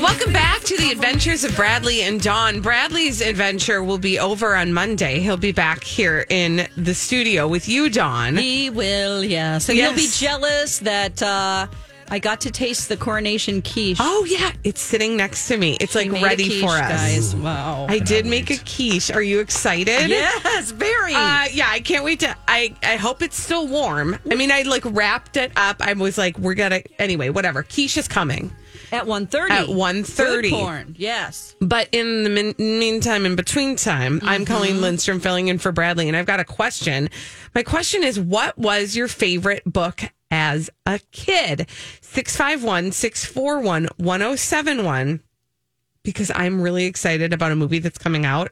Welcome back to the adventures of Bradley and Dawn. Bradley's adventure will be over on Monday. He'll be back here in the studio with you, Dawn. He will, yeah. So Yes. he'll be jealous that uh, I got to taste the coronation quiche. Oh, yeah. It's sitting next to me. It's She like made a ready quiche, for us. guys. Wow. I did make a quiche. Are you excited? yes, very. Uh, yeah, I can't wait to. I, I hope it's still warm. I mean, I like wrapped it up. I was like, we're gonna anyway. Whatever. Quiche is coming. at one thirty. at 1:30. Food porn. Yes. But in the min- meantime, in between time, I'm Colleen Lindstrom filling in for Bradley, and I've got a question. My question is what was your favorite book as a kid? 651 641 1071. Because I'm really excited about a movie that's coming out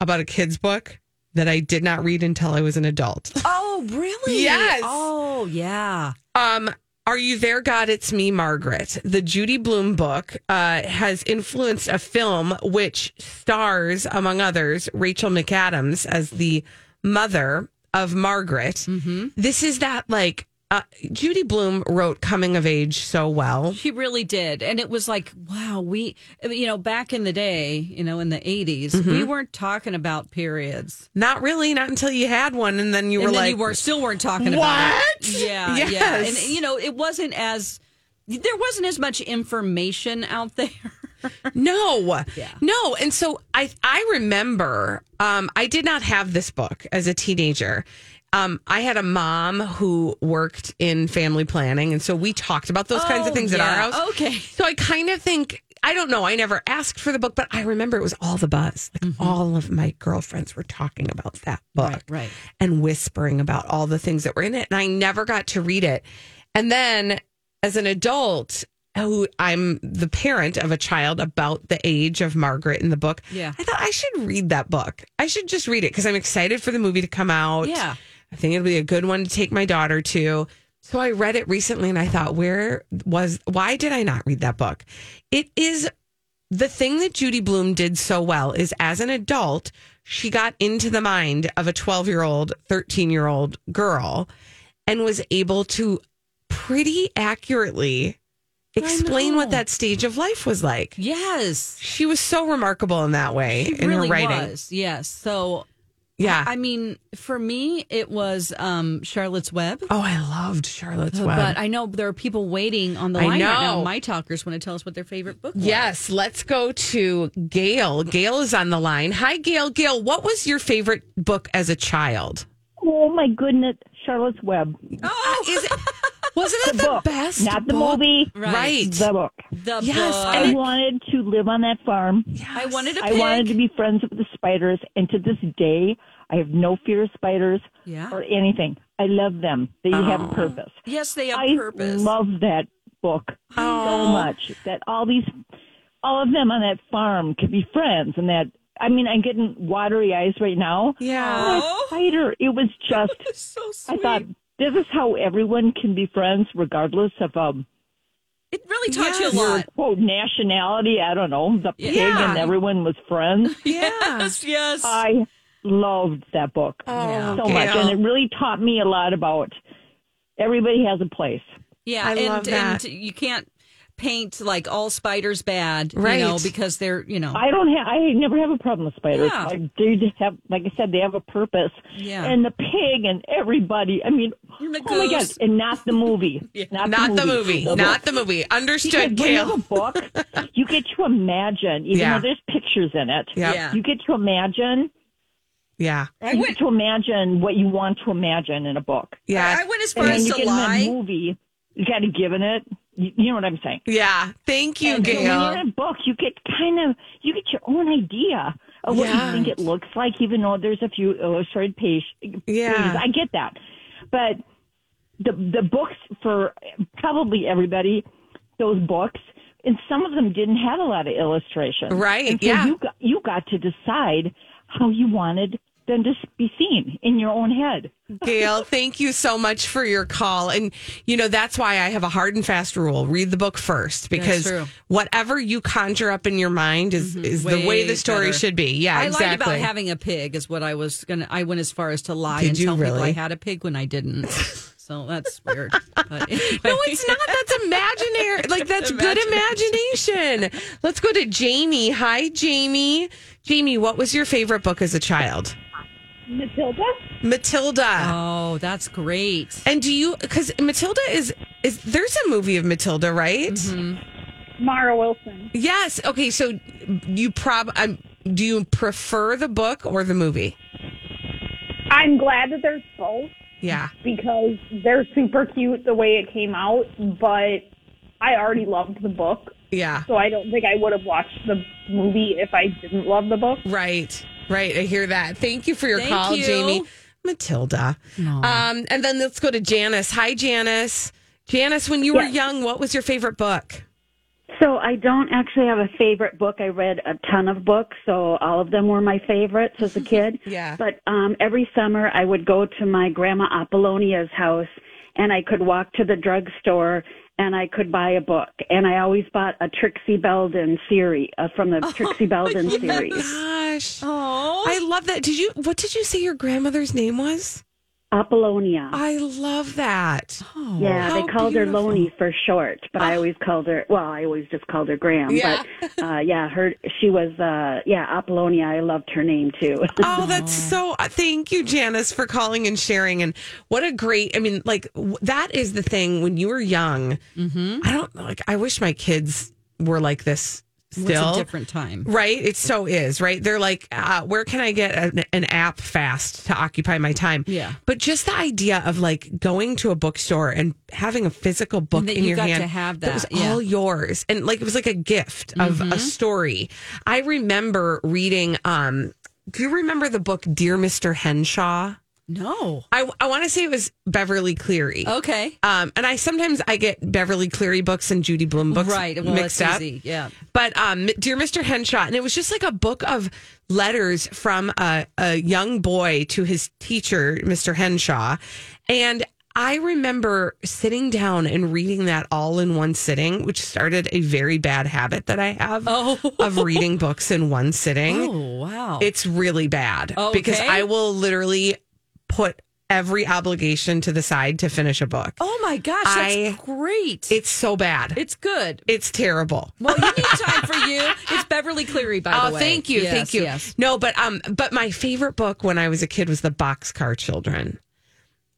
about a kid's book that I did not read until I was an adult. Oh, really? Yes. Oh, yeah. Um, Are You There, God? It's Me, Margaret. The Judy Bloom book uh, has influenced a film which stars, among others, Rachel McAdams as the mother of Margaret. Mm-hmm. This is that like uh, Judy Bloom wrote Coming of Age so well. She really did. And it was like, wow, we, you know, back in the day, you know, in the 80s, Mm-hmm. we weren't talking about periods. Not really, not until you had one, and then you were and then like, you were still weren't talking about What? it. Yeah, yeah. Yes. And you know, it wasn't as there wasn't as much information out there. No. Yeah. No. And so I I remember um I did not have this book as a teenager. Um, I had a mom who worked in family planning, and so we talked about those kinds of Oh, things at yeah. our house. Okay. So I kind of think I don't know. I never asked for the book, but I remember it was all the buzz. Like all of my girlfriends were talking about that book, Mm-hmm. right. and whispering about all the things that were in it. And I never got to read it. And then as an adult, who I'm the parent of a child about the age of Margaret in the book, Yeah. I thought I should read that book. I should just read it because I'm excited for the movie to come out. Yeah. I think it'll be a good one to take my daughter to. So I read it recently and I thought, where was, why did I not read that book? It is the thing that Judy Bloom did so well is as an adult, she got into the mind of a 12 year old, 13 year old girl and was able to pretty accurately explain what know. that stage of life was like. Yes. She was so remarkable in that way It in really her writing. was. Yes. So Yeah. I mean, for me it was um Charlotte's Web. oh, I loved Charlotte's Web. But I know there are people waiting on the I line right now. know. My talkers want to tell us what their favorite book was. Yes, let's go to Gail. Gail is on the line. Hi, Gail. Gail, what was your favorite book as a child? Oh my goodness, Charlotte's Web. Oh, is it, wasn't it the, book, best? not the book? movie, right? the book. The Yes, book. I And it- wanted to live on that farm. I wanted to I wanted to pick- be friends with the spiders, and to this day, I have no fear of spiders Yeah. or anything. I love them. They Oh. have purpose. Yes, they have I purpose. love that book so much that all these, all of them on that farm could be friends, and that. I mean, I'm getting watery eyes right now. Yeah. That spider. It was just so I sweet. thought this is how everyone can be friends, regardless of um, it really taught Yes. you a lot. quote nationality. I don't know the pig, Yeah. and everyone was friends. Yeah. yes. I loved that book Oh, so much, Gail. and it really taught me a lot about everybody has a place. Yeah, I and, love that. and you can't paint like all spiders bad, Right. you know, because they're, you know, I don't have. I never have a problem with spiders. Yeah. Like they just have, like I said, they have a purpose. Yeah. And the pig and everybody. I mean, And the oh my god! goose. And not the movie. not, Not the the movie. The Not book. the movie. Because Understood, when you have Kale. a book, you get to imagine, even Yeah. though there's pictures in it. Yeah. Yeah. You get to imagine. Yeah. I You went, get to imagine what you want to imagine in a book. Yeah. I went as And far then as you to get in a lie. movie. You got to give in it. You, you know what I'm saying? Yeah. Thank you, And so when you're Gail. in a book, you get kind of you get your own idea of what Yeah. you think it looks like, even though there's a few illustrated page. Yeah. pages. I get that, but the the books for probably everybody, those books, and some of them didn't have a lot of illustration, Right, And so yeah. you got, you got to decide how you wanted them to be seen in your own head. Gail, thank you so much for your call. And, you know, that's why I have a hard and fast rule read the book first because true. whatever you conjure up in your mind is, is the way Way the story better. should be. Yeah, I lied exactly. about having a pig, is what I was gonna. I went as far as to lie Did and you tell people really? I had a pig when I didn't. so that's weird. But no, it's not. That's imaginary. Like, that's good imagination. Let's go to Jamie. Hi, Jamie. Jamie, what was your favorite book as a child? Matilda, Matilda. Oh, that's great. And do you because Matilda is is there's a movie of Matilda, right? Mara Wilson. Yes. Okay. So you prob um, do you prefer the book or the movie? I'm glad that there's both Yeah. because they're super cute the way it came out, but I already loved the book, Yeah. so I don't think I would have watched the movie if I didn't love the book. Right. Right. I hear that. Thank you for your Thank call, you. Jamie. Matilda. Um, and then let's go to Janice. Hi, Janice. Janice, when you were Yes. young, what was your favorite book? So I don't actually have a favorite book. I read a ton of books, so all of them were my favorites as a kid. Yeah. But um every summer I would go to my grandma Apollonia's house and I could walk to the drugstore and I could buy a book. And I always bought a Trixie Belden series uh, from Oh, the Trixie Belden series. Gosh. Oh, I love that. Did you what did you say your grandmother's name was? Apollonia. I love that. Oh. yeah, Oh, how they called beautiful. Ah. her Loni for short, but I always called her well, I always just called her Graham. Yeah. But uh yeah, her she was uh yeah, Apollonia. I loved her name too. Oh, that's so. uh, Thank you, Janice, for calling and sharing. And what a great, I mean, like, w- that is the thing when you were young. Mm-hmm. I don't like, I wish my kids were like this it's still. a different time. Right? It so is, right? They're like, uh, where can I get an, an app fast to occupy my time? Yeah. But just the idea of like going to a bookstore and having a physical book And that in you your got hand to have that, was yeah. Mm-hmm. all yours. And like, it was like a gift of a story. I remember reading, um, do you remember the book Dear Mr. Henshaw? No. I, I want to say it was Beverly Cleary. Okay. Um, and I sometimes I get Beverly Cleary books and Judy Blume books right. Well, mixed that's up. easy. Yeah. But um, dear Mr. Henshaw, and it was just like a book of letters from a, a young boy to his teacher, Mr. Henshaw, and I remember sitting down and reading that all in one sitting, which started a very bad habit that I have Oh. of reading books in one sitting. Oh wow. It's really bad because Okay. I will literally put every obligation to the side to finish a book. oh my gosh, that's I- great. It's so bad. it's good. it's terrible. Well, you need time for you. It's Beverly Cleary, by Oh, the way. thank you, Yes, thank you. Yes. No, but um, but my favorite book when I was a kid was The Boxcar Children.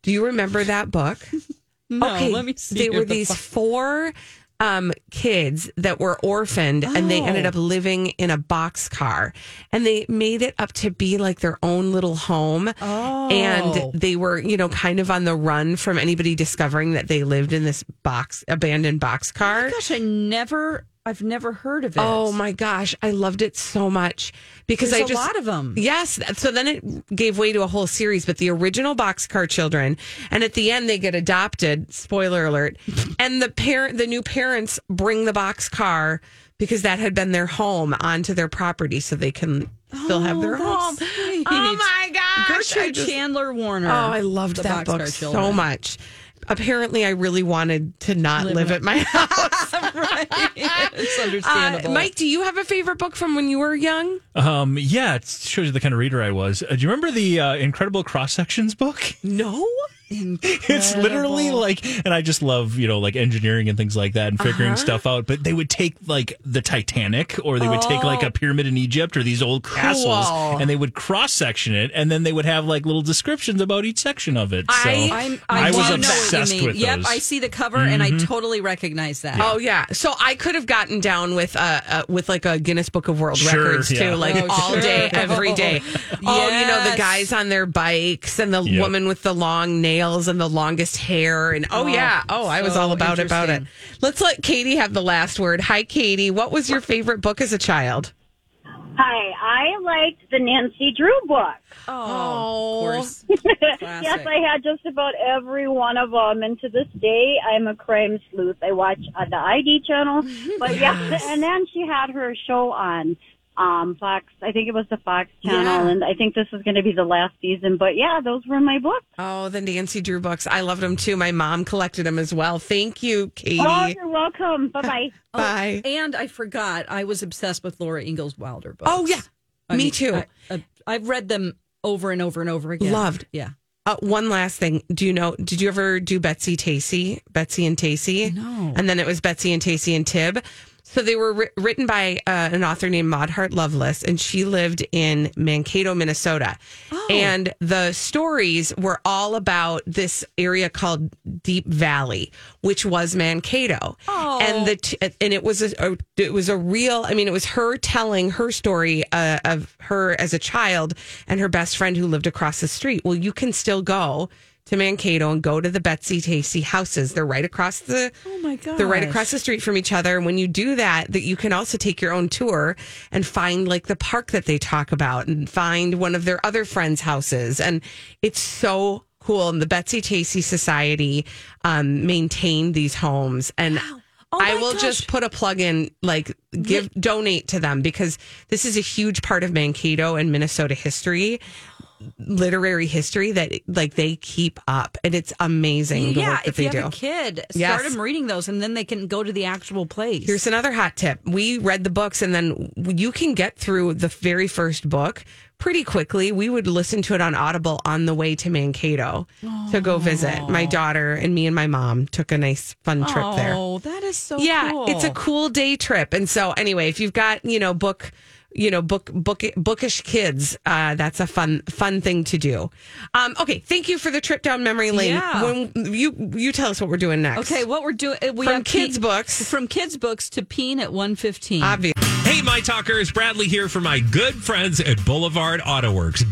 Do you remember that book? No, let me see. They were if the these fu- four um kids that were orphaned and they ended Oh. up living in a boxcar and they made it up to be like their own little home Oh. and they were you know kind of on the run from anybody discovering that they lived in this box abandoned boxcar Gosh, I never. I've never heard of it. Oh my gosh, I loved it so much because There's I a just lot of 'em. Yes, th- so then it gave way to a whole series. But the original Boxcar Children, and at the end they get adopted. Spoiler alert! and the parent, the new parents, bring the boxcar because that had been their home onto their property, so they can still have their Oh, that's home. sweet. Oh my gosh! I Gertrude just- Chandler Warner. Oh, I loved The that Boxcar book Children. so much. Apparently, I really wanted to not live, at my house. Right. It's Uh, understandable. Mike, do you have a favorite book from when you were young? Um, yeah, it shows you the kind of reader I was. Uh, do you remember the uh, Incredible Cross Sections book? No. it's literally like, and I just love, you know, like engineering and things like that and figuring Uh-huh. stuff out. But they would take like the Titanic or they would take Oh. like a pyramid in Egypt or these old castles Cool. and they would cross section it and then they would have like little descriptions about each section of it. So I- I'm, I I, was do know what obsessed you mean. with yep, those. I see the cover and I totally recognize that. Oh Mm-hmm. yeah. So I could have gotten down with uh, uh with like a Guinness Book of World Sure, Records too, yeah. like Oh, all sure. day, every day. Oh, you know the Yes. guys on their bikes and the Yep. woman with the long nails and the longest hair and oh, yeah. Oh, I was so all about it, about it. Let's let Katie have the last word. Hi Katie, what was your favorite book as a child? Hi, I liked the Nancy Drew book. Oh, of course. Yes, Classic. I had just about every one of them, and to this day, I'm a crime sleuth. I watch on the ID channel, but yeah, and then she had her show on um Fox. I think it was the Fox channel, Yeah. and I think this is going to be the last season. But yeah, those were my books. Oh, the Nancy Drew books. I loved them too. My mom collected them as well. Thank you, Katie. Oh, you're welcome. Bye bye. Bye. Oh, And I forgot, I was obsessed with Laura Ingalls Wilder books. Oh, yeah. I Me mean, too. I, I, I've read them over and over and over again. Loved. Yeah. Uh, one last thing. Do you know? Did you ever do Betsy Tacy? Betsy and Tacy? No. And then it was Betsy and Tacy and Tib. So they were wri- written by uh, an author named Maud Hart Lovelace, and she lived in Mankato, Minnesota. Oh. And the stories were all about this area called Deep Valley, which was Mankato. Oh. And the t- and it was a, a- it was a real. I mean, it was her telling her story uh, of her as a child and her best friend who lived across the street. Well, you can still go to Mankato and go to the Betsy Tacy houses. They're right across the Oh my god. they're right across the street from each other. And when you do that, that you can also take your own tour and find like the park that they talk about and find one of their other friends' houses. And it's so cool. And the Betsy Tacy Society um, maintained these homes. And Oh I my will gosh. just put a plug in, like give donate to them because this is a huge part of Mankato and Minnesota history. Literary history that like they keep up, and it's amazing the Yeah, work that if they you do. have a kid, Yes. start them reading those, and then they can go to the actual place. Here's another hot tip. We read the books and then you can get through the very first book pretty quickly. We would listen to it on Audible on the way to Mankato to go visit. My daughter and me and my mom took a nice fun trip there. Oh, that is so. yeah, cool. it's a cool day trip. And so anyway, if you've got, you know, book you know, book book bookish kids. Uh, that's a fun fun thing to do. Um, okay, thank you for the trip down memory lane. Yeah. When you you tell us what we're doing next. Okay, what we're doing? uh, We From have kids' books. From kids' books to Peen at one fifteen. Obvious. Hey, my talkers, Bradley here for my good friends at Boulevard AutoWorks,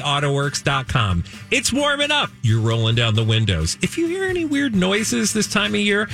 blvdautoworks.com. It's warming up. You're rolling down the windows. If you hear any weird noises this time of year,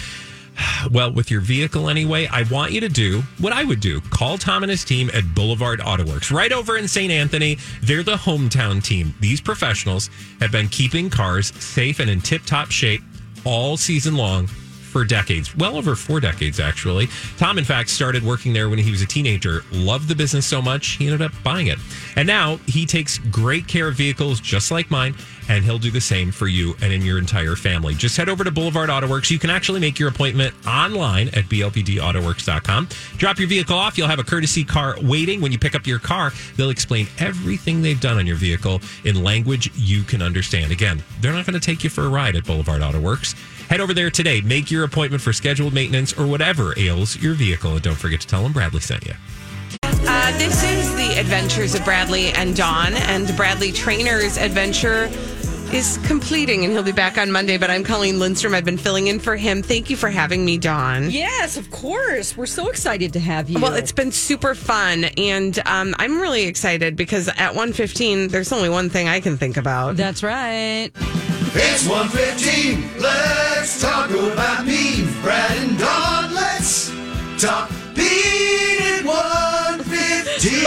well, with your vehicle anyway, I want you to do what I would do. Call Tom and his team at Boulevard AutoWorks right over in St. Anthony. They're the hometown team. These professionals have been keeping cars safe and in tip top shape all season long for decades, well over four decades, actually. Tom, in fact, started working there when he was a teenager, loved the business so much, he ended up buying it. And now he takes great care of vehicles just like mine, and he'll do the same for you and in your entire family. Just head over to Boulevard AutoWorks. You can actually make your appointment online at blpdautoworks.com. Drop your vehicle off. You'll have a courtesy car waiting. When you pick up your car, they'll explain everything they've done on your vehicle in language you can understand. Again, they're not going to take you for a ride at Boulevard AutoWorks. Head over there today. Make your appointment for scheduled maintenance or whatever ails your vehicle. And don't forget to tell them Bradley sent you. Uh, this is the adventures of Bradley and Dawn, and Bradley Trainer's adventure is completing, and he'll be back on Monday. But I'm Colleen Lindstrom. I've been filling in for him. Thank you for having me, Dawn. Yes, of course. We're so excited to have you. Well, it's been super fun, and um, I'm really excited because at 1:15, there's only one thing I can think about. that's right. It's 115. Let's talk about me. Brad and Don, let's talk beat at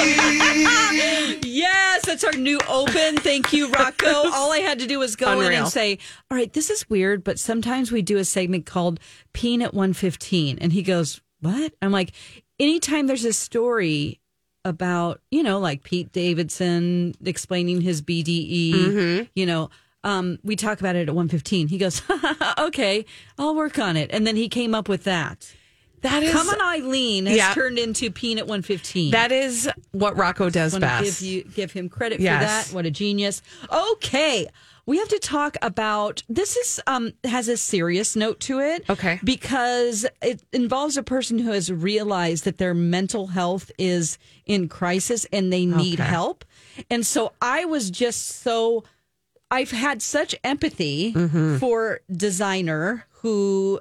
115. Yes, that's our new open. Thank you, Rocco. All I had to do was go in Unreal. and say, "All right, this is weird, but sometimes we do a segment called Peen at 115." And he goes, "What?" I'm like, "Anytime there's a story about, you know, like Pete Davidson explaining his BDE, Mm-hmm. you know, um, we talk about it at 115." He goes, "Okay, I'll work on it." And then he came up with that. That is Come on, Eileen has Yeah. turned into Peanut 115. that is what Rocco does want to best. give you give him credit Yes. for that. What a genius! Okay, we have to talk about this. Is um has a serious note to it. Okay. because it involves a person who has realized that their mental health is in crisis and they need Okay. help. And so I was just so I've had such empathy Mm-hmm. for designer who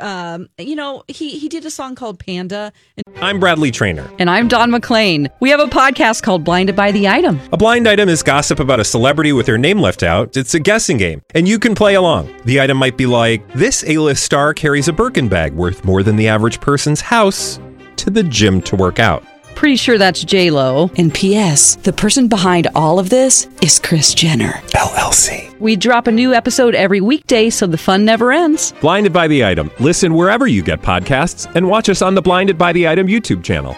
um you know he he did a song called Panda I'm Bradley Trainer. and I'm Don McClain. We have a podcast called Blinded by the Item. A blind item is gossip about a celebrity with their name left out. It's a guessing game, and you can play along. The item might be like this A list star carries a Birkin bag worth more than the average person's house to the gym to work out. Pretty sure that's J Lo. And P.S. The person behind all of this is Chris Jenner. LLC. We drop a new episode every weekday, so the fun never ends. Blinded by the Item. Listen wherever you get podcasts and watch us on the Blinded by the Item YouTube channel.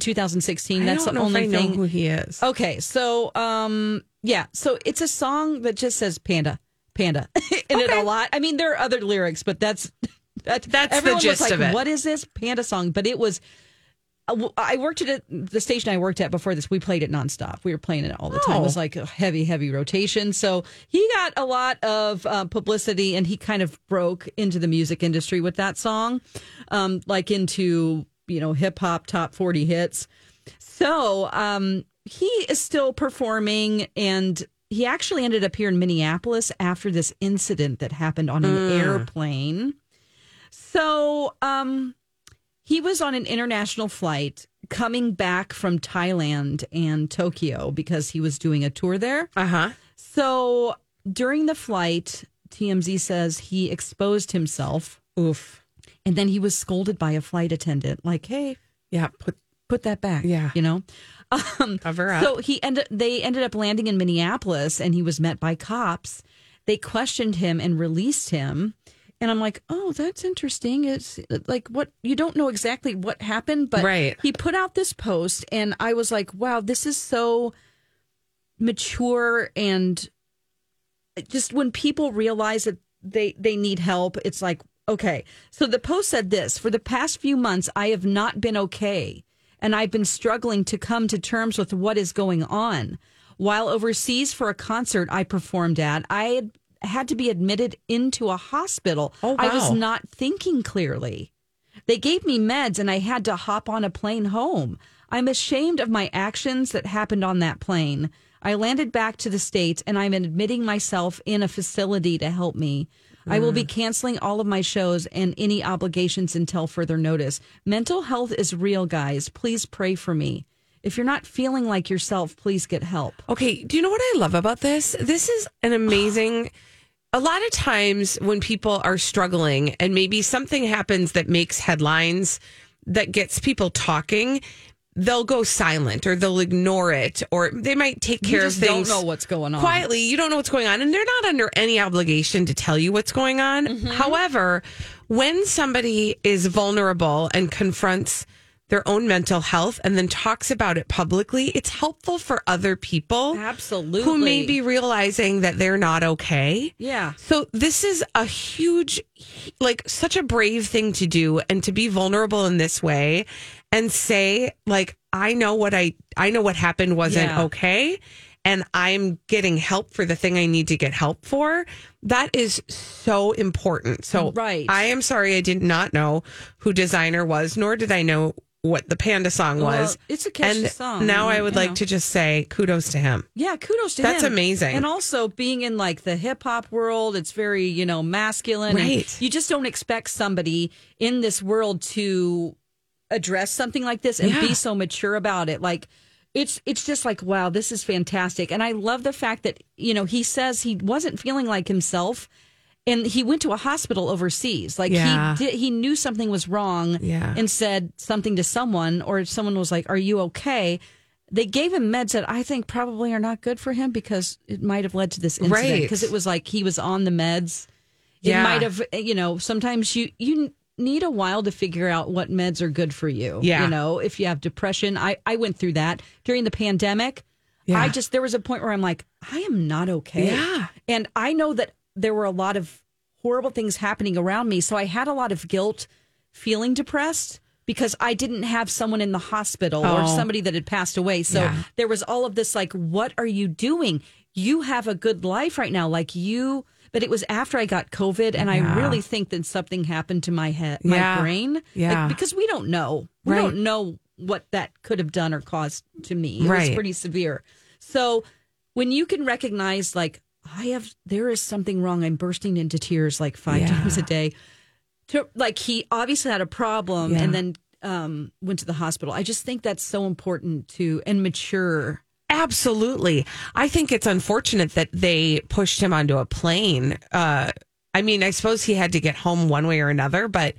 2016. I That's don't the know only if I thing. know who he is. Okay, so um, yeah, so it's a song that just says panda, panda in it a lot. I mean, there are other lyrics, but that's that, That's the everyone gist was of like, it. What is this panda song? But it was. I w- I worked at a, the station I worked at before this. We played it nonstop. We were playing it all the time. It Oh. was like a heavy, heavy rotation. So he got a lot of uh, publicity, and he kind of broke into the music industry with that song, um, like into you know hip hop top forty hits. So um, he is still performing, and he actually ended up here in Minneapolis after this incident that happened on an Mm. airplane. So um, he was on an international flight coming back from Thailand and Tokyo because he was doing a tour there. Uh huh. So during the flight, TMZ says he exposed himself. Oof. And then he was scolded by a flight attendant, like, hey, Yeah. Put put that back. Yeah. You know? Um, cover up. so he ended. They ended up landing in Minneapolis, and he was met by cops. They questioned him and released him. And I'm like, oh, that's interesting. It's like what you don't know exactly what happened, but Right. he put out this post, and I was like, wow, this is so mature and just when people realize that they they need help it's like okay so the post said this for the past few months i have not been okay and i've been struggling to come to terms with what is going on while overseas for a concert i performed at i had, had to be admitted into a hospital Oh, i was wow. not thinking clearly they gave me meds and I had to hop on a plane home. I'm ashamed of my actions that happened on that plane. I landed back to the States and I'm admitting myself in a facility to help me. I will be Mm. canceling all of my shows and any obligations until further notice. Mental health is real, guys. Please pray for me. If you're not feeling like yourself, please get help. Okay, do you know what I love about this? This is an amazing. A lot of times when people are struggling and maybe something happens that makes headlines that gets people talking, they'll go silent or they'll ignore it or they might take You care just of don't things know what's going on. quietly. You don't know what's going on and they're not under any obligation to tell you what's going on. However, when somebody is vulnerable and confronts their own mental health and then talks about it publicly, it's helpful for other people Absolutely. who may be realizing that they're not okay. Yeah. So this is a huge, like, such a brave thing to do, and to be vulnerable in this way, and say like, I know what I, I know what happened wasn't Yeah. okay, and I'm getting help for the thing I need to get help for. That is so important. So Right. I am sorry I did not know who designer was, nor did I know what the panda song Well, was. it's a catchy and song, Now I would you like know. to just say kudos to him. Yeah, kudos to That's him. amazing. And also being in like the hip hop world, it's very, you know, masculine. and Right. You just don't expect somebody in this world to address something like this and be so mature about it. Like it's it's just like, wow, this is fantastic. And I love the fact that, you know, he says he wasn't feeling like himself and he went to a hospital overseas. Like Yeah. he did, he knew something was wrong Yeah. and said something to someone or someone was like, "Are you okay?" They gave him meds that I think probably are not good for him because it might have led to this incident Right. because it was like he was on the meds. Yeah. It might have, you know, sometimes you you need a while to figure out what meds are good for you. Yeah. You know, if you have depression, I I went through that during the pandemic. Yeah. I just there was a point where I'm like, I am not okay. Yeah. And I know that there were a lot of horrible things happening around me. So I had a lot of guilt feeling depressed because I didn't have someone in the hospital or Oh. somebody that had passed away. So Yeah. there was all of this like, what are you doing? You have a good life right now. Like you, but it was after I got COVID and I really think that something happened to my head, my Yeah. brain. Like, Yeah. because we don't know. We Right. don't know what that could have done or caused to me. It Right. was pretty severe. So when you can recognize like I have there is something wrong. I'm bursting into tears like five Yeah. times a day. To, like he obviously had a problem Yeah. and then um, went to the hospital. I just think that's so important to and mature. Absolutely. I think it's unfortunate that they pushed him onto a plane. Uh, I mean, I suppose he had to get home one way or another, but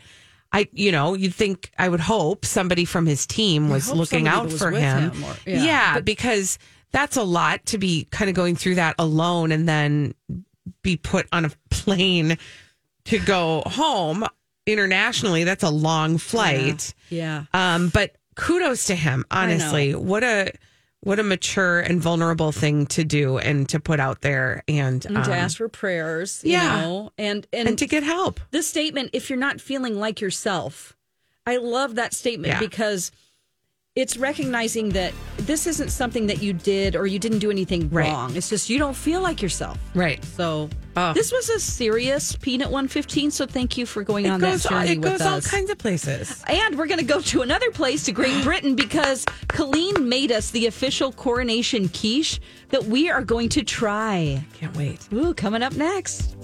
I, you know, you'd think, I would hope somebody from his team was hope looking somebody out that was for with him. him or- yeah, yeah. because that's a lot to be kind of going through that alone and then be put on a plane to go home internationally. That's a long flight. Yeah. Um, but kudos to him, honestly. What a what a mature and vulnerable thing to do and to put out there and, And um, to ask for prayers, you yeah. know, and and, and to get help. this statement if you're not feeling like yourself i love that statement Yeah. because it's recognizing that this isn't something that you did or you didn't do anything Right. wrong it's just you don't feel like yourself Right. so Oh. this was a serious peanut 115 so thank you for going It on goes, that all, journey it with goes us all kinds of places. and we're going to go to another place to Great Britain because Colleen made us the official coronation quiche that we are going to try. Can't wait. Ooh, coming up next.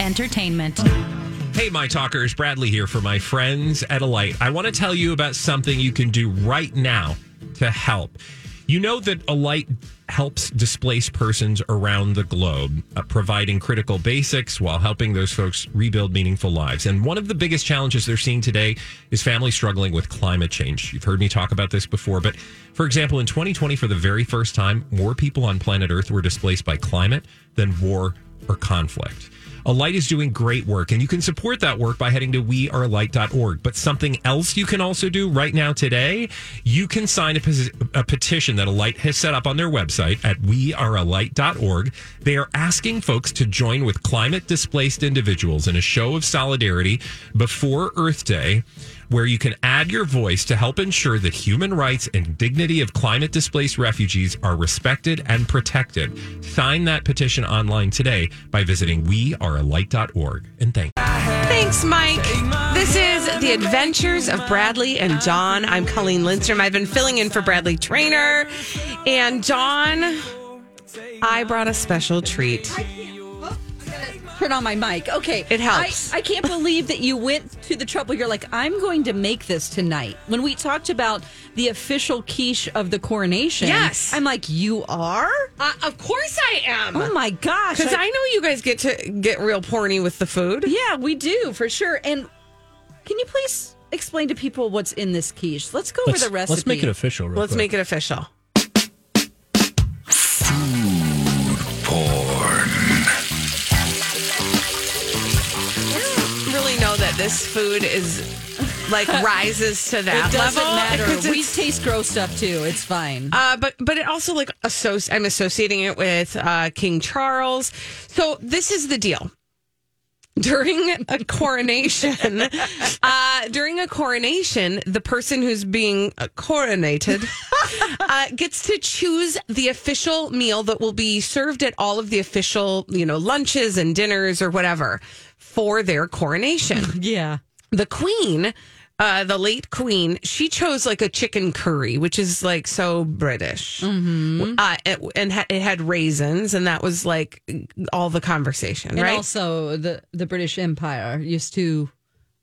Entertainment. Hey, my talkers, Bradley here for my friends at Alight. I want to tell you about something you can do right now to help. You know that Alight helps displaced persons around the globe, uh, providing critical basics while helping those folks rebuild meaningful lives. And one of the biggest challenges they're seeing today is families struggling with climate change. You've heard me talk about this before, but for example, in 2020, for the very first time, more people on planet Earth were displaced by climate than war or conflict. Alight is doing great work, and you can support that work by heading to wearealight.org. But something else you can also do right now today, you can sign a, pos- a petition that Alight has set up on their website at wearealight.org. They are asking folks to join with climate displaced individuals in a show of solidarity before Earth Day where you can add your voice to help ensure that human rights and dignity of climate displaced refugees are respected and protected. Sign that petition online today by visiting wearealight.org. And thank Thanks, Mike. This is The Adventures of Bradley and Dawn. I'm Colleen Lindstrom. I've been filling in for Bradley Trainer. And Dawn, I brought a special treat. turn on my mic. Okay. It helps. I, I can't believe that you went to the trouble. You're like, I'm going to make this tonight. When we talked about the official quiche of the coronation, Yes. I'm like, you are? Uh, of course I am. Oh my gosh. Because I- I know you guys get to get real porny with the food. yeah, we do for sure. And can you please explain to people what's in this quiche? Let's go Let's, over the recipe. let's make it official. Real Let's make it official. Food porn. Really know that this food is like rises to It that doesn't level. because matter. We it's- taste gross stuff too. It's fine. uh, but but it also like associ- I'm associating it with uh, King Charles. So this is the deal. During a coronation, uh, during a coronation, the person who's being uh, coronated uh, gets to choose the official meal that will be served at all of the official, you know, lunches and dinners or whatever for their coronation yeah. the queen uh, the late queen she chose like a chicken curry which is like so british Mm-hmm. uh, and, and ha- it had raisins and that was like all the conversation And right also the the British Empire used to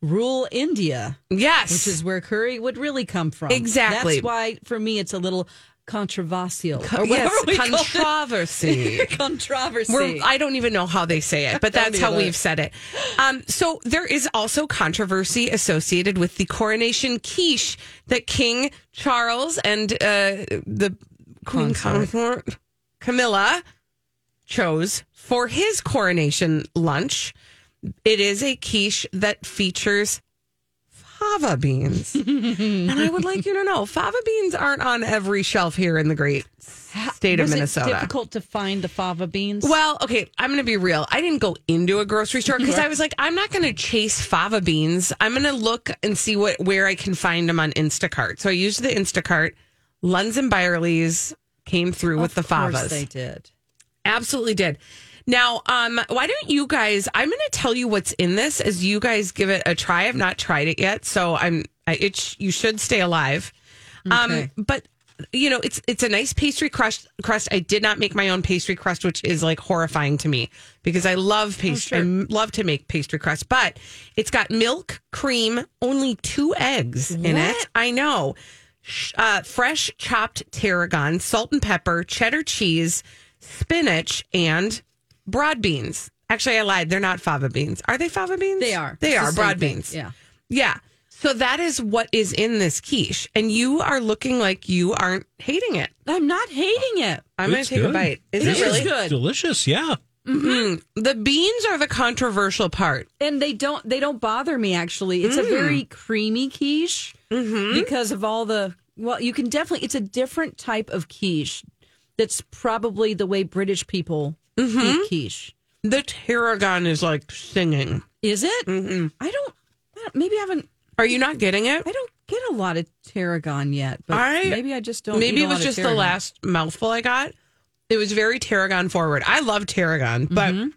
rule India. yes which is where curry would really come from. Exactly. That's why, for me, it's a little controversial. Co- Or whatever yes, we call it. controversy Controversy. We're, I don't even know how they say it, but Don't that's how either. we've said it. Um, so there is also controversy associated with the coronation quiche that King Charles and uh, the Queen Consort. Consort Camilla chose for his coronation lunch. It is a quiche that features fava beans. and I would like you to know fava beans aren't on every shelf here in the great state of Was Minnesota. It difficult to find the fava beans. Well, okay, I'm going to be real. I didn't go into a grocery store because I was like, I'm not going to chase fava beans. I'm going to look and see what where I can find them on Instacart. So I used the Instacart. Lunds and Byerly's came through with the of favas. course they did. Absolutely did. Now, um, why don't you guys? I'm going to tell you what's in this as you guys give it a try. I've not tried it yet, so I'm. I- It sh- you should stay alive. Um, Okay. but you know, it's it's a nice pastry crust. Crust. I did not make my own pastry crust, which is like horrifying to me because I love pastry. I m- love to make pastry crust, but it's got milk, cream, only two eggs in it. I know. Sh- Uh, fresh chopped tarragon, salt and pepper, cheddar cheese, spinach, and broad beans. Actually, I lied. They're not fava beans. Are they fava beans? They are. They It's the are same broad thing. beans. Yeah. Yeah. So that is what is in this quiche. And you are looking like you aren't hating it. I'm not hating it. I'm going to It's take a good. bite. Is This it really? good. Delicious, yeah. The beans are the controversial part. and they don't they don't bother me actually. It's a Mm. very creamy quiche Mm-hmm. because of all the well, you can definitely it's a different type of quiche. That's probably the way British people Mm-hmm. eat quiche. The tarragon is like singing. Is it? Mm-hmm. I don't. I don't- Maybe I haven't. Are you not getting it? I don't get a lot of tarragon yet, but I- maybe I just Oh, don't. Maybe eat a it lot was of just the tarragon. last mouthful I got. It was very tarragon forward. I love tarragon, but Mm-hmm.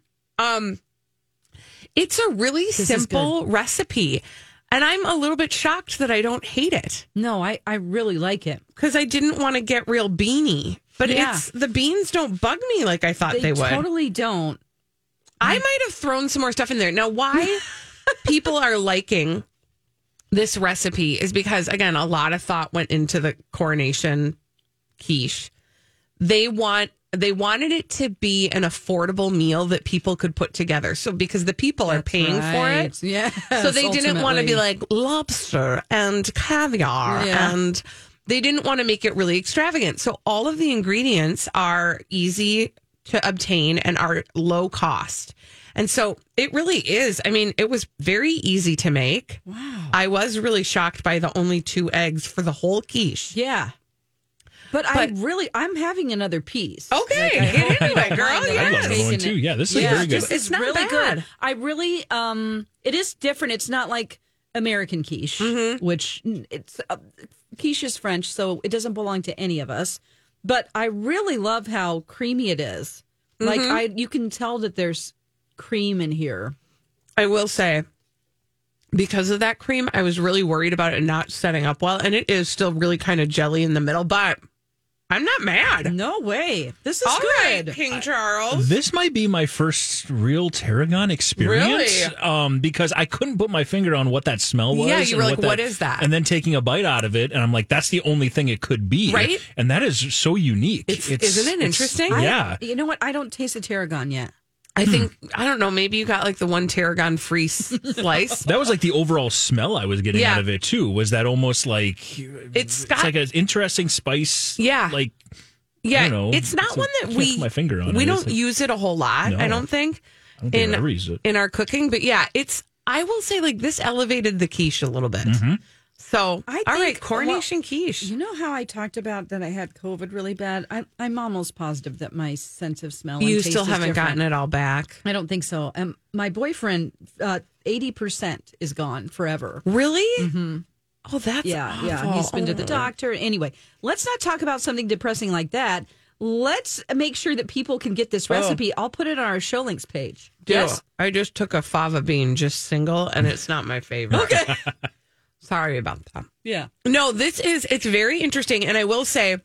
um it's a really simple recipe. And I'm a little bit shocked that I don't hate it No, I I really like it. because I didn't want to get real beanie. But Yeah. it's the beans don't bug me like I thought They, they, would. totally don't. I might have thrown some more stuff in there. Now, why people are liking this recipe is because, again, a lot of thought went into the coronation quiche. They want they wanted it to be an affordable meal that people could put together. So because the people are paying for it, Yeah. so they didn't want to be like lobster and caviar Yeah. and they didn't want to make it really extravagant. So all of the ingredients are easy to obtain and are low cost. And so it really is. I mean, it was very easy to make. Wow. I was really shocked by the only two eggs for the whole quiche. Yeah. But, But- I really, I'm having another piece. Okay, I get hope into you don't it, girl, mind that I I'm love taking one it. too. Yeah, this is Yeah, very good. just- It's it's not really bad. good. I really, um, it is different. It's not like American quiche, which mm, it's uh, quiche is French, so it doesn't belong to any of us. But I really love how creamy it is. Like I, you can tell that there's cream in here. I will say, because of that cream, I was really worried about it not setting up well. And it is still really kind of jelly in the middle, but I'm not mad. No way. This is All right, good. King Charles. This might be my first real tarragon experience. Really? Um, because I couldn't put my finger on what that smell was. Yeah, you and were like, that- "What is that?" And then taking a bite out of it, and I'm like, that's the only thing it could be. Right? And that is so unique. It's- isn't it interesting? I- yeah. you know what? I don't taste the tarragon yet. I think I don't know. Maybe you got like the one tarragon free s- slice. that was like the overall smell I was getting Yeah. out of it too. Was that almost like It's it's got like an interesting spice? Yeah. like yeah. know. It's not It's one like, that can't we put my finger on We it. don't It's like- use it a whole lot. I No. don't think I don't in think I ever used it. in our cooking, but yeah, it's. I will say like this elevated the quiche a little bit. Mm-hmm. So I all right, think- coronation quiche. You know how I talked about that I had COVID really bad? I, I'm almost positive that my sense of smell. You and taste still is haven't different. gotten it all back, I don't think so. Um, my boyfriend, uh, eighty percent is gone forever. really? Oh, that's Yeah, yeah. awful. He's been to the Oh. doctor. Anyway, let's not talk about something depressing like that. Let's make sure that people can get this recipe. I'll put it on our show links page. Oh. Do. I just took a fava bean just single, and it's not my favorite. Okay, sorry about that. Yeah. No, this is it's very interesting, and I will say,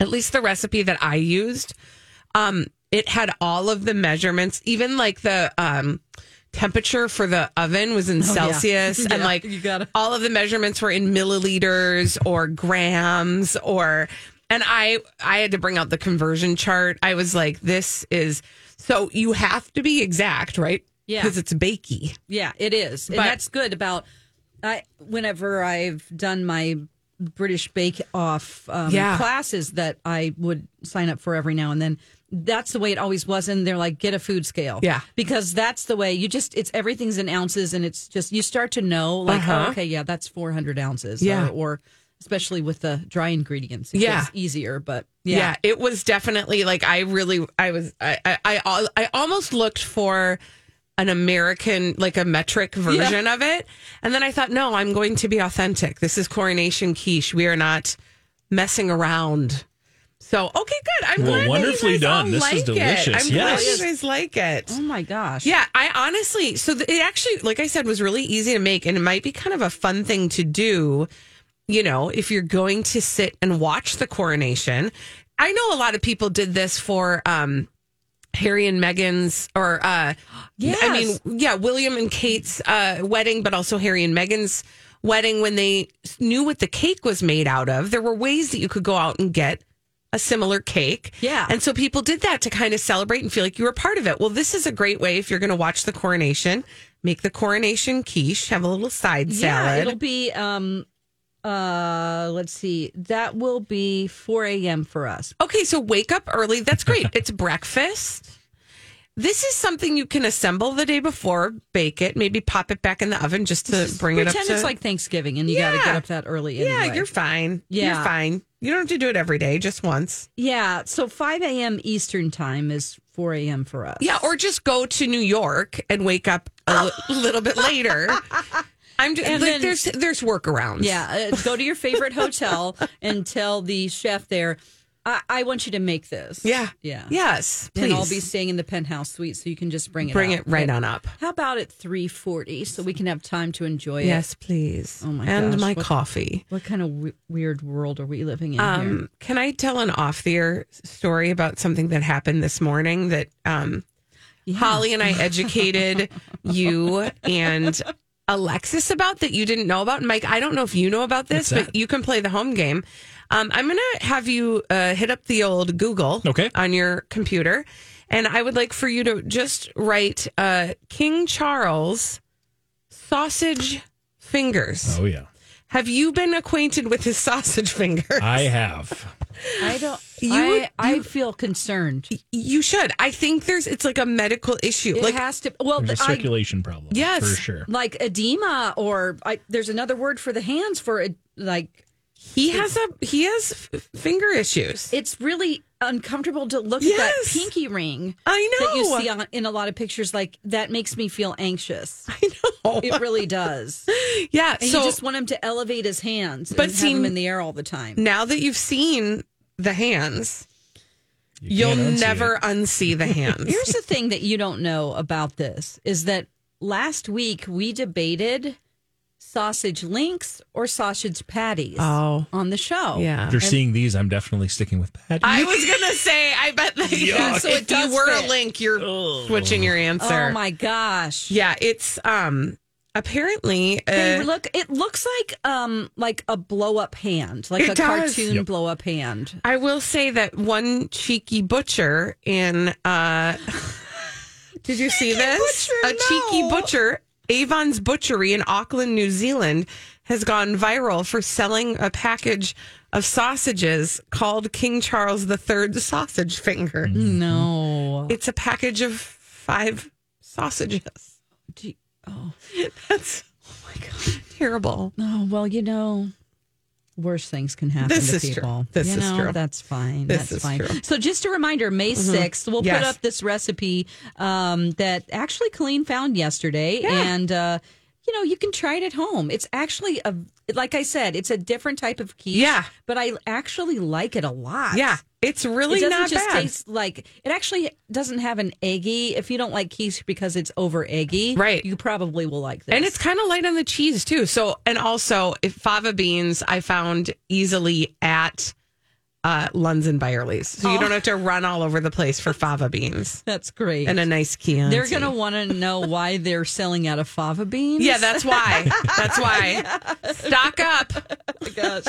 at least the recipe that I used, um, it had all of the measurements, even like the um temperature for the oven was in Celsius, and Oh, Yeah, like you gotta- all of the measurements were in milliliters or grams or and I I had to bring out the conversion chart. I was like, this is so you have to be exact, right? Yeah. because it's bakey. Yeah, it is. And But- that's good about I whenever I've done my British Bake Off um, Yeah. classes that I would sign up for every now and then. that's the way it always was. And they're like, get a food scale. Yeah. Because that's the way you just, it's everything's in ounces and it's just, you start to know, like, Uh-huh. oh, okay, yeah, that's 400 ounces. Yeah. Or, or especially with the dry ingredients. It Yeah. gets easier, but Yeah. yeah. it was definitely like I really I was I I I, al- I almost looked for an American like a metric version of it, and then I thought, no, I'm going to be authentic. This is coronation quiche. We are not messing around. So okay, good. I'm Well, glad that you wonderfully guys done. all This is like it. delicious. I'm Yes. glad you guys like it. Oh my gosh. Yeah, I honestly, so th- it actually, like I said, was really easy to make, and it might be kind of a fun thing to do. You know, if you're going to sit and watch the coronation, I know a lot of people did this for um, Harry and Meghan's, or uh, I mean, Yes. yeah, William and Kate's uh, wedding, but also Harry and Meghan's wedding. When they s- knew what the cake was made out of, there were ways that you could go out and get a similar cake. Yeah. And so people did that to kind of celebrate and feel like you were a part of it. Well, this is a great way if you're going to watch the coronation, make the coronation quiche, have a little side Yeah, salad. it'll be um uh let's see. That will be 4 a.m. for us. okay, so wake up early. That's great. it's breakfast. This is something you can assemble the day before, bake it, maybe pop it back in the oven just to bring it up. Pretend to- it's like Thanksgiving and you got Yeah. to get up that early anyway. Yeah, you're fine. You're Yeah. fine. You don't have to do it every day, just once. Yeah, so 5 a.m. Eastern time is 4 a.m. for us. Yeah, or just go to New York and wake up a li- little bit later. I'm just, And like, then- there's there's workarounds. Yeah, uh, go to your favorite hotel and tell the chef there, I, I want you to make this. Yeah. Yeah. Yes. Please. And I'll be staying in the penthouse suite so you can just bring it Bring up. it right But on up. How about at 3.40 so we can have time to enjoy Yes, please. Oh, my And gosh, my what- coffee. it? What kind of w- weird world are we living in here? Um, can I tell an off the air story about something that happened this morning that um, Holly and I educated you and Alexis about that you didn't know about? And Mike, I don't know if you know about this, What's but that? you can play the home game. Um, I'm going to have you uh, hit up the old Google Okay. on your computer. And I would like for you to just write uh, King Charles sausage fingers. Oh yeah, Have you been acquainted with his sausage fingers? I have. I don't. You I, would- I feel concerned. you should. I think there's it's like a medical issue. It like has to. Well, There's a I, circulation problem. Yes. for sure. like edema, or I, there's another word for the hands for it. Like he has a he has f- finger issues. it's really uncomfortable to look at that Yes. pinky ring I know. that you see on, in a lot of pictures. Like that makes me feel anxious. I know. It really does. yeah. And so you just want him to elevate his hands, But but and see- have him in the air all the time. now that you've seen the hands, You you will can't unsee never it. unsee the hands. Here's the thing that you don't know about this is that last week we debated sausage links or sausage patties Oh. on the show. After seeing these, I'm definitely sticking with Patty. I was gonna say, I bet that Yuck. so So if it does you were a fit. link, you're Oh. switching your answer. Oh my gosh. Yeah, it's um apparently They uh, look it looks like um like a blow up hand, like It a does. cartoon Yep. blow up hand. I will say that one cheeky butcher in uh Did you see this? a butcher, cheeky no. butcher, Avon's Butchery in Auckland, New Zealand has gone viral for selling a package of sausages called King Charles III sausage finger. Mm. Mm. No. It's a package of 5 sausages. oh. That's oh my god, terrible. Oh well, you know, worse things can happen This to is true. people. This you is know, true. That's fine. This that's is fine. true. Mm-hmm. So just a reminder, May 6th we we'll Yes. put up this recipe um, that actually Colleen found yesterday, and uh, you know you can try it at home. It's actually a like I said, it's a different type of quiche. Yeah. but I actually like it a lot. Yeah, it's really it doesn't not just bad. taste like it actually doesn't have an eggy. If you don't like quiche because it's over eggy, Right. You probably will like this. And it's kind of light on the cheese too. So, and also if fava beans, I found easily at uh, Lunds and Byerly's. So you don't have to run all over the place for fava beans that's great. and a nice Chianti. They're going to want to know why they're selling out of fava beans. Yeah, that's why. That's why. Stock up. Gosh.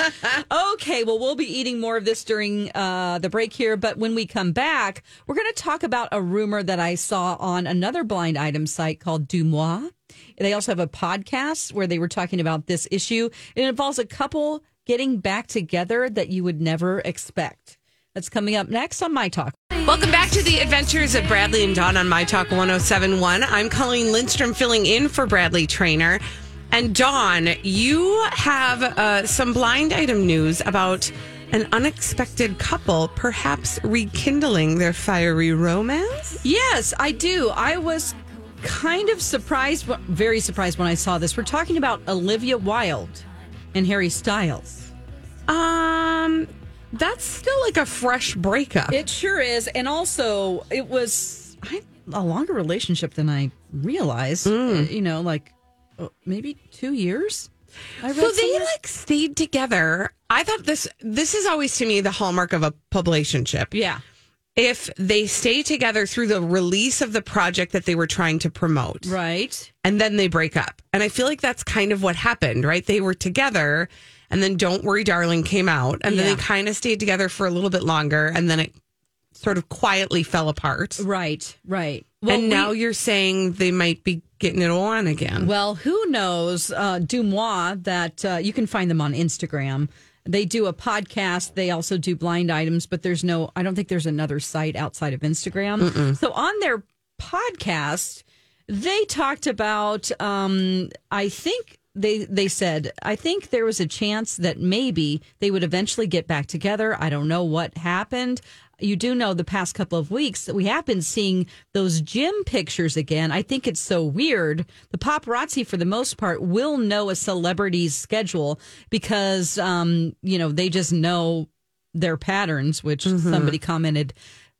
okay, well, we'll be eating more of this during uh, the break here. But when we come back, we're going to talk about a rumor that I saw on another blind item site called Dumois. They also have a podcast where they were talking about this issue. It involves a couple getting back together that you would never expect. That's coming up next on My Talk. Welcome back to the adventures of Bradley and Dawn on My Talk 1071. I'm Colleen Lindstrom filling in for Bradley Trainer. And Dawn, you have uh, some blind item news about an unexpected couple perhaps rekindling their fiery romance. Yes, I do. I was kind of surprised, but very surprised when I saw this. We're talking about Olivia Wilde and Harry Styles. Um, that's still like a fresh breakup. It sure is. And also, it was I, a longer relationship than I realized. Uh, You know, like uh, maybe two years. I read so they somewhere. like stayed together. I thought this this is always to me the hallmark of a publicationship. yeah. If they stay together through the release of the project that they were trying to promote Right. and then they break up. And I feel like that's kind of what happened, right? They were together and then Don't Worry Darling came out and then Yeah. they kind of stayed together for a little bit longer and then it sort of quietly fell apart. Right. Right. and we- now you're saying they might be getting it on again. Well, who knows? Uh, Dumois, that uh, you can find them on Instagram. They do a podcast. They also do blind items, but there's no, I don't think there's another site outside of Instagram. So on their podcast, they talked about, um, I think they, they said, I think there was a chance that maybe they would eventually get back together. I don't know what happened. You do know the past couple of weeks that we have been seeing those gym pictures again. I think it's so weird. The paparazzi, for the most part, will know a celebrity's schedule because, um, you know, they just know their patterns, which somebody commented.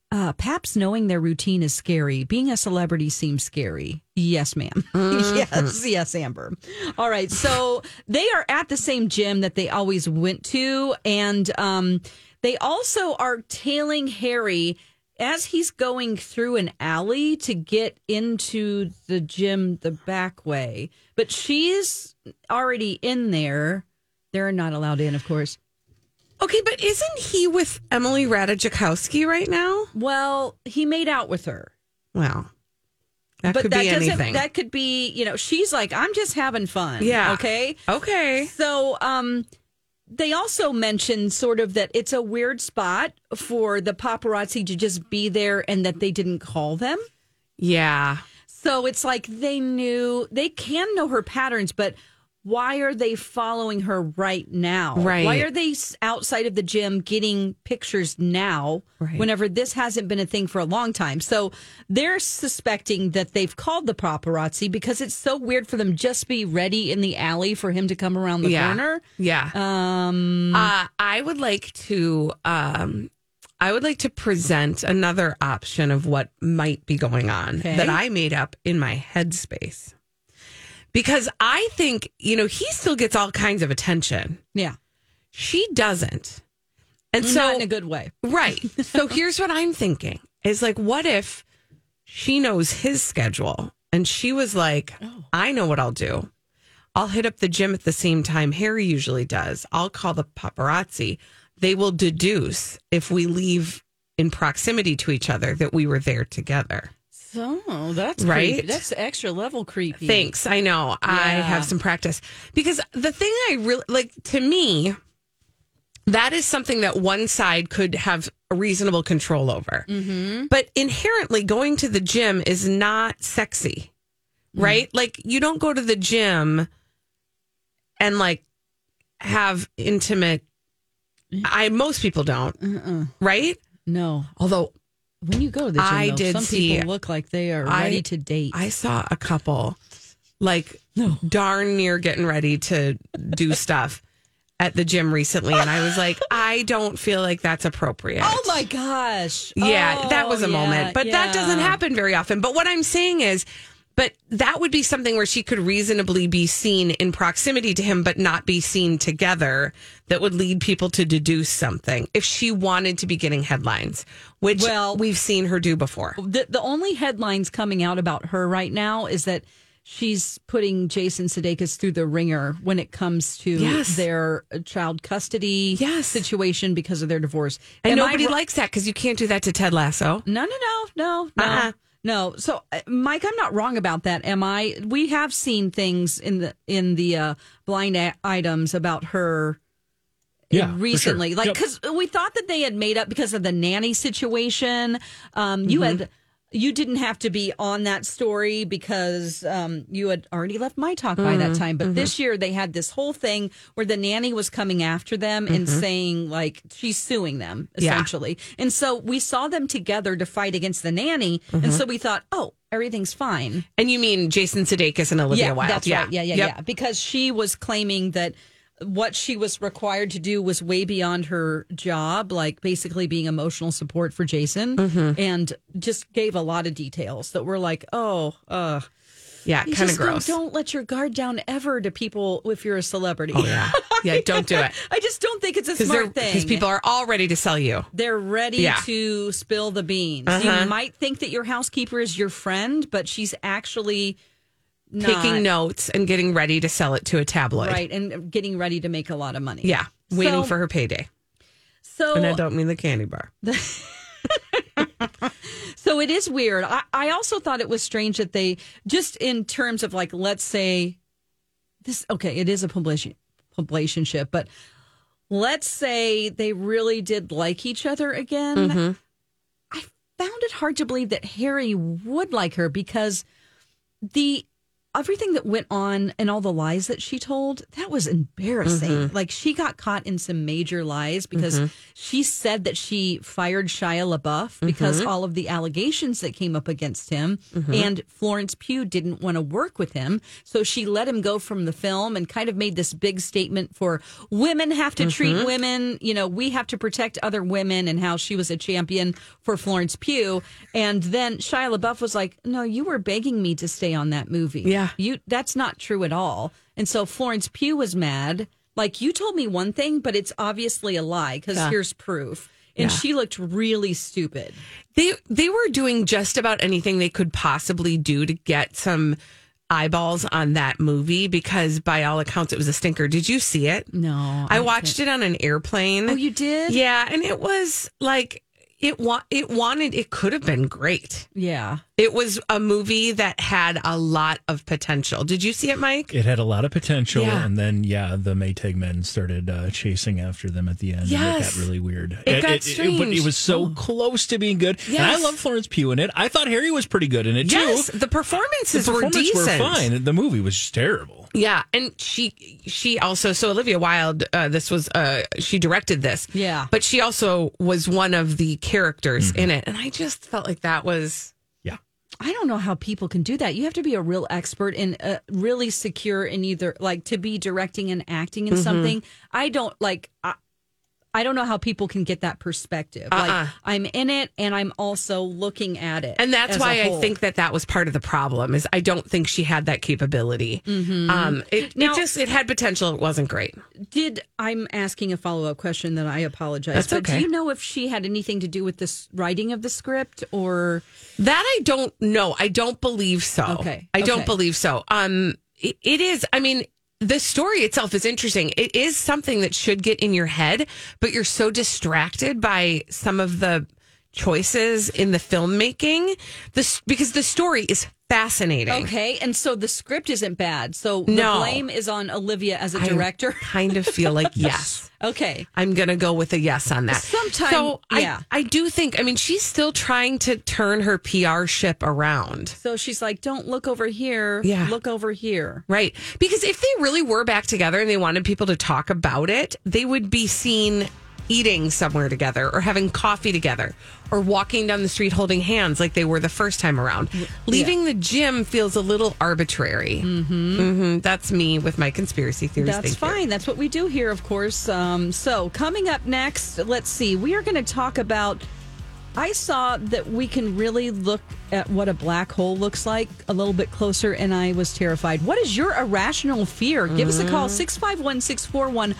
Uh, Paps knowing their routine is scary. Being a celebrity seems scary. Yes, madam yes, yes, Amber. All right. So they are at the same gym that they always went to. And um, they also are tailing Harry as he's going through an alley to get into the gym the back way. But she's already in there. They're not allowed in, of course. okay, but isn't he with Emily Ratajkowski right now? Well, he made out with her. Well, that but could that be doesn't anything. that could be you know she's like i'm just having fun Yeah. okay okay. so um they also mentioned sort of that it's a weird spot for the paparazzi to just be there and that they didn't call them Yeah. so it's like they knew they can know her patterns but why are they following her right now Right. why are they s- outside of the gym getting pictures now Right. whenever this hasn't been a thing for a long time so they're suspecting that they've called the paparazzi because it's so weird for them just be ready in the alley for him to come around the yeah. corner Yeah. um Uh, I would like to. Um, I would like to present another option of what might be going on Okay. that I made up in my headspace, because I think you know he still gets all kinds of attention. yeah She doesn't, and so not in a good way Right. So here's what I'm thinking is like, what if she knows his schedule and she was like, I know what I'll do. I'll hit up the gym at the same time Harry usually does. I'll call the paparazzi. They will deduce if we leave in proximity to each other that we were there together. so that's Right? creepy. that's extra level creepy Thanks. I know. I Yeah. have some practice. Because the thing I really like to me, that is something that one side could have a reasonable control over. But inherently, going to the gym is not sexy, right? Like, you don't go to the gym and like have intimate. I most people don't, right? no Although When you go to the gym, I though, did some see- people look like they are I- ready to date. I saw a couple like darn near getting ready to do stuff at the gym recently and I was like I don't feel like that's appropriate. oh my gosh! Yeah, Oh, that was a yeah, moment, but that doesn't yeah. happen very often. But what I'm saying is but that would be something where she could reasonably be seen in proximity to him but not be seen together that would lead people to deduce something if she wanted to be getting headlines, which Well- we've seen her do before. The, the only headlines coming out about her right now is that she's putting Jason Sudeikis through the ringer when it comes to Yes. their child custody Yes. situation because of their divorce. And Am I nobody wr- likes that because you can't do that to Ted Lasso. No, no, no, no, no, Uh-uh. no. So, uh, Mike, I'm not wrong about that, am I? We have seen things in the in the uh, blind a- items about her Yeah, for sure. recently. Like, Yep. because we thought that they had made up because of the nanny situation. Um, you Mm-hmm. had. You didn't have to be on that story because um, you had already left my talk by Mm-hmm. that time. But this year they had this whole thing where the nanny was coming after them and Mm-hmm. saying, like, she's suing them Yeah. essentially. And so we saw them together to fight against the nanny. Mm-hmm. And so we thought, oh, everything's fine. And you mean Jason Sudeikis and Olivia yeah, Wilde? That's right. Yeah, yeah, Yep. yeah. Because she was claiming that what she was required to do was way beyond her job, like basically being emotional support for Jason, Mm-hmm. and just gave a lot of details that were like, oh, uh, Yeah, you kind of just don't- gross. Don't, let your guard down ever to people if you're a celebrity. Oh, yeah. yeah, don't do it. I just don't think it's a Because they're smart thing. because people are all ready to sell you. They're ready Yeah. Uh-huh. to spill the beans. You might think that your housekeeper is your friend, but she's actually not, Taking notes and getting ready to sell it to a tabloid. right and getting ready to make a lot of money. Yeah. Waiting So- for her payday. So And I don't mean the candy bar. So it is weird. I, I also thought it was strange that they just in terms of like let's say this okay, it is a publication publicationship, but let's say they really did like each other again. Mm-hmm. I found it hard to believe that Harry would like her because the everything that went on and all the lies that she told that was embarrassing like she got caught in some major lies because she said that she fired shia labeouf because all of the allegations that came up against him and florence pugh didn't want to work with him so she let him go from the film and kind of made this big statement for women have to treat women you know we have to protect other women and how she was a champion for florence pugh and then shia labeouf was like no you were begging me to stay on that movie Yeah. you that's not true at all. And so Florence Pugh was mad. Like you told me one thing, but it's obviously a lie because here's proof. And she looked really stupid. They they were doing just about anything they could possibly do to get some eyeballs on that movie because by all accounts it was a stinker. Did you see it? No, I watched it on an airplane. Oh, you did? Yeah, and it was like it wa- it wanted it could have been great. Yeah. It was a movie that had a lot of potential. Did you see it, Mike? It had a lot of potential, Yeah. and then yeah, the Maytag men started uh, chasing after them at the end. and it Yes. got really weird. It got but strange. it was so close to being good. And I Yes. love Florence Pugh in it. I thought Harry was pretty good in it Yes, too. the performances the were performances decent. fine. The movie was just terrible. Yeah, and she she also so Olivia Wilde. Uh, this was uh, she directed this. Yeah. but she also was one of the characters in it, and I just felt like that was I don't know how people can do that. You have to be a real expert and uh, really secure in either like to be directing and acting Mm-hmm. in something. I don't like. I, I don't know how people can get that perspective. Uh-uh. Like I'm in it and I'm also looking at it. and that's as a why I whole. think that that was part of the problem is I don't think she had that capability. Um, it, Mm-hmm. Now- it just it had potential. It wasn't great. did I'm asking a follow up question that I apologize. That's but okay. do you know if she had anything to do with this writing of the script or That I don't know. I don't believe so. Okay, I don't okay. believe so. Um, it, it is. I mean, the story itself is interesting. It is something that should get in your head, but you're so distracted by some of the choices in the filmmaking. This because the story is fascinating. Okay, and so the script isn't bad. So No. the blame is on Olivia as a I director. kind of feel like yes. okay. I'm gonna go with a yes on that. Sometime- so I, yeah. I do think. I mean, she's still trying to turn her PR ship around. So she's like, Don't look over here. Yeah. Look over here. Right. Because if they really were back together and they wanted people to talk about it, they would be seen eating somewhere together or having coffee together or walking down the street holding hands like they were the first time around. Leaving the gym feels a little arbitrary. Mm-hmm. That's me with my conspiracy theories. That's Thank you. fine. That's what we do here, of course. Um, so coming up next, let's see. We are going to talk about. I saw that we can really look at what a black hole looks like a little bit closer, and I was terrified. What is your irrational fear? Give us a call, 651 641